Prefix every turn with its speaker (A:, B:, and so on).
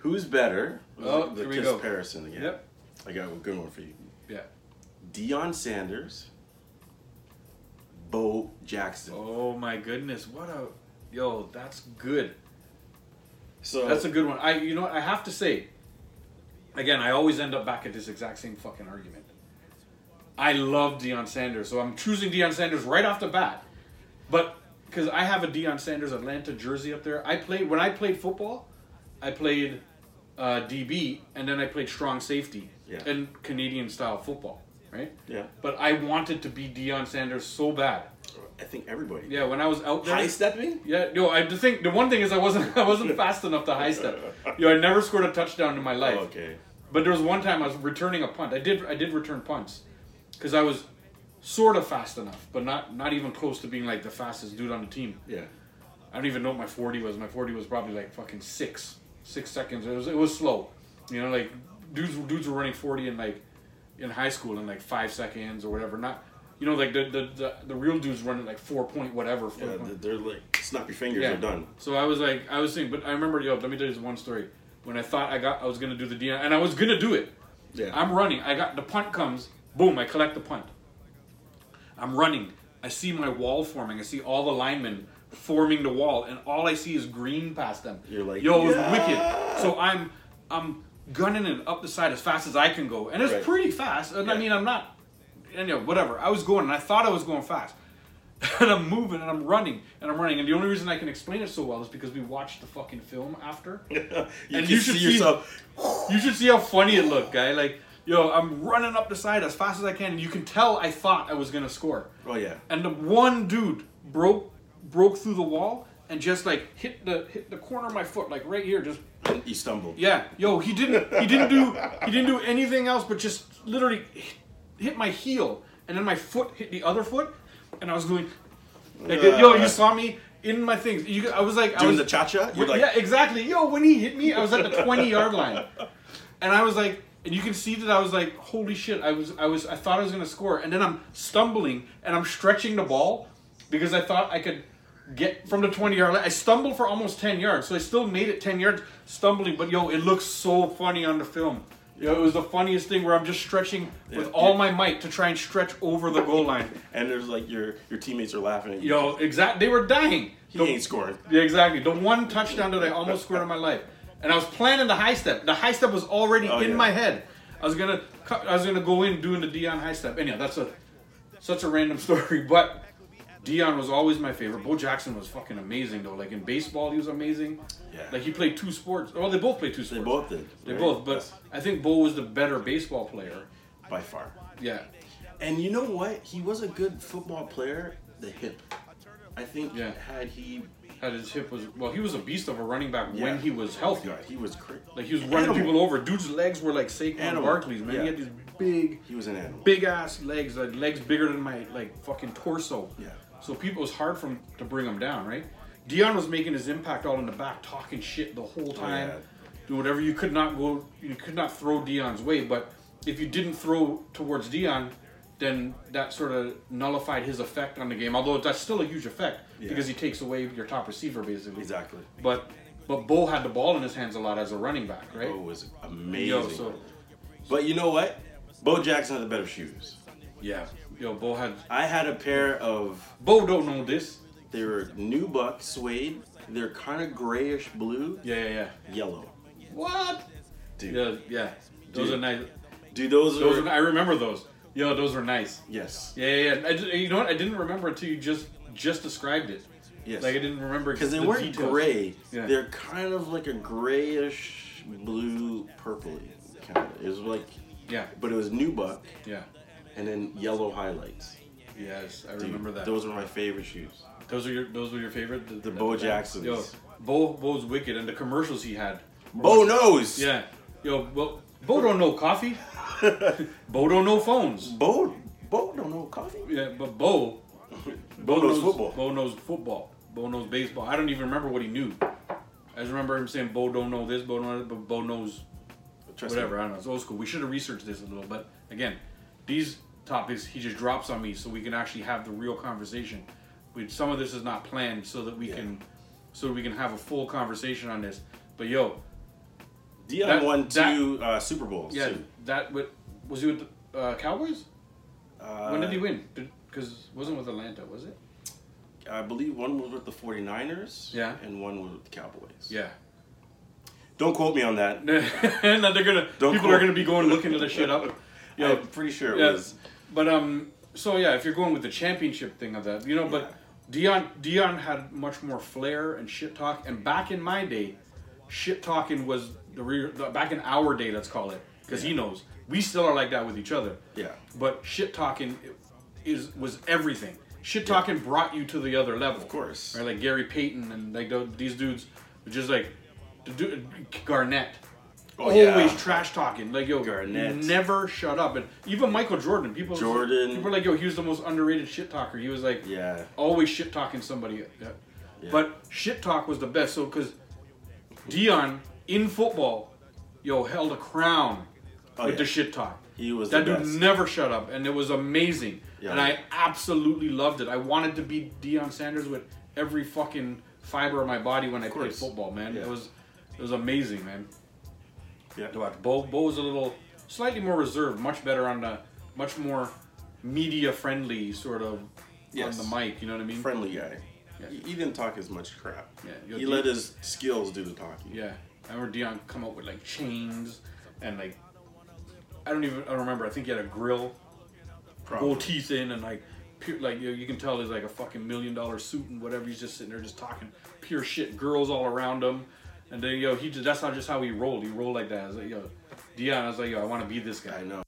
A: Oh
B: better.
A: Oh,
B: the
A: here we
B: kiss
A: go.
B: comparison again.
A: Yep.
B: I got a good one for you.
A: Yeah.
B: Deion Sanders, Bo Jackson.
A: Oh my goodness, what a yo, that's good.
B: So
A: That's a good one. I you know what I have to say. Again, I always end up back at this exact same fucking argument. I love Deion Sanders, so I'm choosing Deion Sanders right off the bat. But because I have a Deion Sanders Atlanta jersey up there, I played when I played football, I played uh, DB and then I played strong safety
B: Yeah.
A: and Canadian style football, right?
B: yeah.
A: But I wanted to be Deion Sanders so bad.
B: I think everybody.
A: Yeah, when I was out there,
B: High stepping.
A: yeah, no. I the thing. The one thing is, I wasn't. I wasn't fast enough to high step. Yo, I never scored a touchdown in my life.
B: Oh, okay.
A: But there was one time I was returning a punt. I did. I did return punts, because I was sort of fast enough, but not not even close to being like the fastest dude on the team.
B: Yeah.
A: I don't even know what my forty was. My forty was probably like fucking six, six seconds. It was it was slow. You know, like dudes dudes were running forty in like in high school in like five seconds or whatever. Not. You know, like the the, the, the real dudes running like four point whatever.
B: Yeah.
A: 4.0.
B: They're, Uh, they're like snap your fingers. You're done.
A: So I was like, I was thinking, but I remember, yo, let me tell you this one story. When I thought I got, I was gonna do the Deion, and I was gonna do it.
B: Yeah.
A: I'm running. I got the punt comes. Boom! I collect the punt. I'm running. I see my wall forming. I see all the linemen forming the wall, and all I see is green past them.
B: You're like,
A: yo, it was
B: "Yeah!"
A: wicked. So I'm, I'm gunning it up the side as fast as I can go, and it's
B: Right.
A: pretty fast. And I
B: Yeah.
A: mean, I'm not, and you know, whatever. I was going, and I thought I was going fast, and I'm moving, and I'm running, and I'm running. And the only reason I can explain it so well is because we watched the fucking film after.
B: you
A: And
B: can
A: you should
B: see
A: see-
B: yourself.
A: You should see how funny it looked, guy. Like, yo, I'm running up the side as fast as I can, and you can tell I thought I was gonna score.
B: Oh yeah.
A: And the one dude broke broke through the wall and just like hit the hit the corner of my foot, like right here, just
B: You stumbled.
A: yeah. Yo, he didn't he didn't do he didn't do anything else but just literally hit, hit my heel, and then my foot hit the other foot, and I was going like, yo, you saw me. In my things, you, I was like, I
B: Doing
A: was
B: the cha cha. You're like.
A: yeah, exactly. Yo, when he hit me, I was at the twenty yard line, and I was like, and you can see that I was like, holy shit! I was, I was, I thought I was gonna score, and then I'm stumbling and I'm stretching the ball because I thought I could get from the twenty yard line. I stumbled for almost ten yards, so I still made it ten yards stumbling. But yo, it looks so funny on the film. Yo, it was the funniest thing where I'm just stretching with
B: Yeah.
A: all my might to try and stretch over the goal line.
B: And there's like your your teammates are laughing at you.
A: Yo, exact, they were dying.
B: he
A: The-
B: ain't scoring.
A: yeah, exactly. The one touchdown that I almost scored in my life, and I was planning the high step. The high step was already
B: Oh,
A: in
B: yeah.
A: my head. I was gonna, cu- I was gonna go in doing the Dion high step. Anyhow, that's a such a random story, but Dion was always my favorite. Bo Jackson was fucking amazing though. Like in baseball, he was amazing.
B: Yeah.
A: Like he played two sports. Well, they both played two sports.
B: They both did.
A: They
B: right?
A: both, but I think Bo was the better baseball player.
B: by far.
A: Yeah.
B: And you know what? He was a good football player. The hip. I think
A: Yeah.
B: had he
A: Had his hip was well, he was a beast of a running back
B: Yeah.
A: when he was healthy.
B: God, he was crazy.
A: Like he was running
B: Animal.
A: people over. Dude's legs were like Saquon
B: Animal.
A: Barkley's, man.
B: Yeah.
A: He had these big,
B: He was an animal.
A: big ass legs, like legs bigger than my like fucking torso.
B: Yeah.
A: So people, it was hard for him to bring him down, right? Dion was making his impact all in the back, talking shit the whole time.
B: Oh, yeah.
A: Do whatever you could not go, you could not throw Dion's way. But if you didn't throw towards Dion, then that sort of nullified his effect on the game. Although that's still a huge effect
B: Yeah.
A: because he takes away your top receiver basically.
B: Exactly.
A: But but Bo had the ball in his hands a lot as a running back, right?
B: Bo was amazing.
A: Yo, so
B: But you know what? Bo Jackson had the better shoes.
A: yeah, yo, Bo had
B: I had a pair of
A: Bo don't know this.
B: they were new buck suede. They're kind of grayish blue,
A: Yeah, yeah, yeah.
B: yellow.
A: What?
B: Dude,
A: Yeah, yeah. Those
B: Dude.
A: are nice.
B: do those?
A: Those
B: are,
A: are, I remember those. Yo, those were nice.
B: yes,
A: Yeah, yeah. yeah. I ju- you know what? I didn't remember until you just just described it.
B: yes.
A: Like I didn't remember
B: because they
A: the
B: weren't
A: details.
B: gray.
A: Yeah.
B: They're kind of like a grayish blue, purpley kind of. It was like,
A: Yeah,
B: but it was new buck
A: yeah.
B: and then yellow highlights.
A: Yes, I
B: Dude,
A: remember that.
B: Those were my favorite shoes.
A: Those are your those were your favorite.
B: The Bo Jacksons.
A: Yo, Bo Bo's wicked, and the commercials he had.
B: Bo knows.
A: Yeah. Yo, Bo, Bo don't know coffee. Bo don't know phones.
B: Bo, Bo don't know coffee.
A: Yeah, but Bo,
B: Bo knows football.
A: Bo knows football. Bo knows baseball. I don't even remember what he knew. I just remember him saying Bo don't know this, Bo don't know that, but Bo knows
B: Trust me.
A: whatever. I don't know. It's old school. We should have researched this a little, but again, these topics he just drops on me so we can actually have the real conversation. We, some of this is not planned so that we
B: Yeah.
A: can so we can have a full conversation on this. But yo,
B: Dion
A: That-
B: won
A: that-
B: two uh, Super Bowls.
A: Yeah,
B: too.
A: that with, was he with the uh, Cowboys?
B: Uh,
A: when did he win? Because wasn't with Atlanta, was it?
B: Uh, I believe one was with the 49ers.
A: Yeah.
B: And one was with the Cowboys.
A: Yeah.
B: Don't quote me on that.
A: and that they're gonna
B: Don't
A: people
B: quote.
A: are gonna be going looking at the shit up. Yeah,
B: I'm pretty sure it
A: yeah.
B: was.
A: But um, so yeah, if you're going with the championship thing of that, you know, but Dion Dion had much more flair and shit talk. And back in my day, shit talking was the, re- the back in our day, let's call it, because he knows we still are like that with each other.
B: Yeah.
A: But shit talking is was everything. Shit talking brought you to the other level. Of
B: course.
A: Right, like Gary Payton and like tho- these dudes, were just like the du- Garnett.
B: Oh,
A: always
B: yeah.
A: trash talking. Like yo,
B: Garnett.
A: never shut up. And even Michael Jordan, people
B: Jordan.
A: people were like yo, he was the most underrated shit talker. He was like
B: Yeah.
A: always shit talking somebody. Yeah. But shit talk was the best. So because Dion in football, yo held a crown
B: Oh,
A: with
B: yeah.
A: the shit talk.
B: He was
A: that
B: the
A: dude
B: best.
A: never shut up, and it was amazing.
B: Yeah.
A: And I absolutely loved it. I wanted to be Dion Sanders with every fucking fiber of my body when I played
B: course.
A: football, man.
B: Yeah.
A: It was it was amazing, man.
B: Yeah.
A: To watch Bo, Bo was a little slightly more reserved, much better on the much more media friendly sort of
B: Yes.
A: on the mic. You know what I mean?
B: Friendly guy.
A: Yeah.
B: He, he didn't talk as much crap.
A: Yeah, you'll
B: He
A: do-
B: let his skills do the talking.
A: Yeah, I remember Dion come up with like chains and like I don't even I don't remember. I think he had a grill,
B: Probably.
A: gold teeth in, and like pure, like you, you can tell he's like a fucking million dollar suit and whatever. He's just sitting there just talking pure shit, girls all around him, and then yo he just that's not just how he rolled. He rolled like that. I was like yo, Dion. I was like yo, I want to be this guy.
B: I know.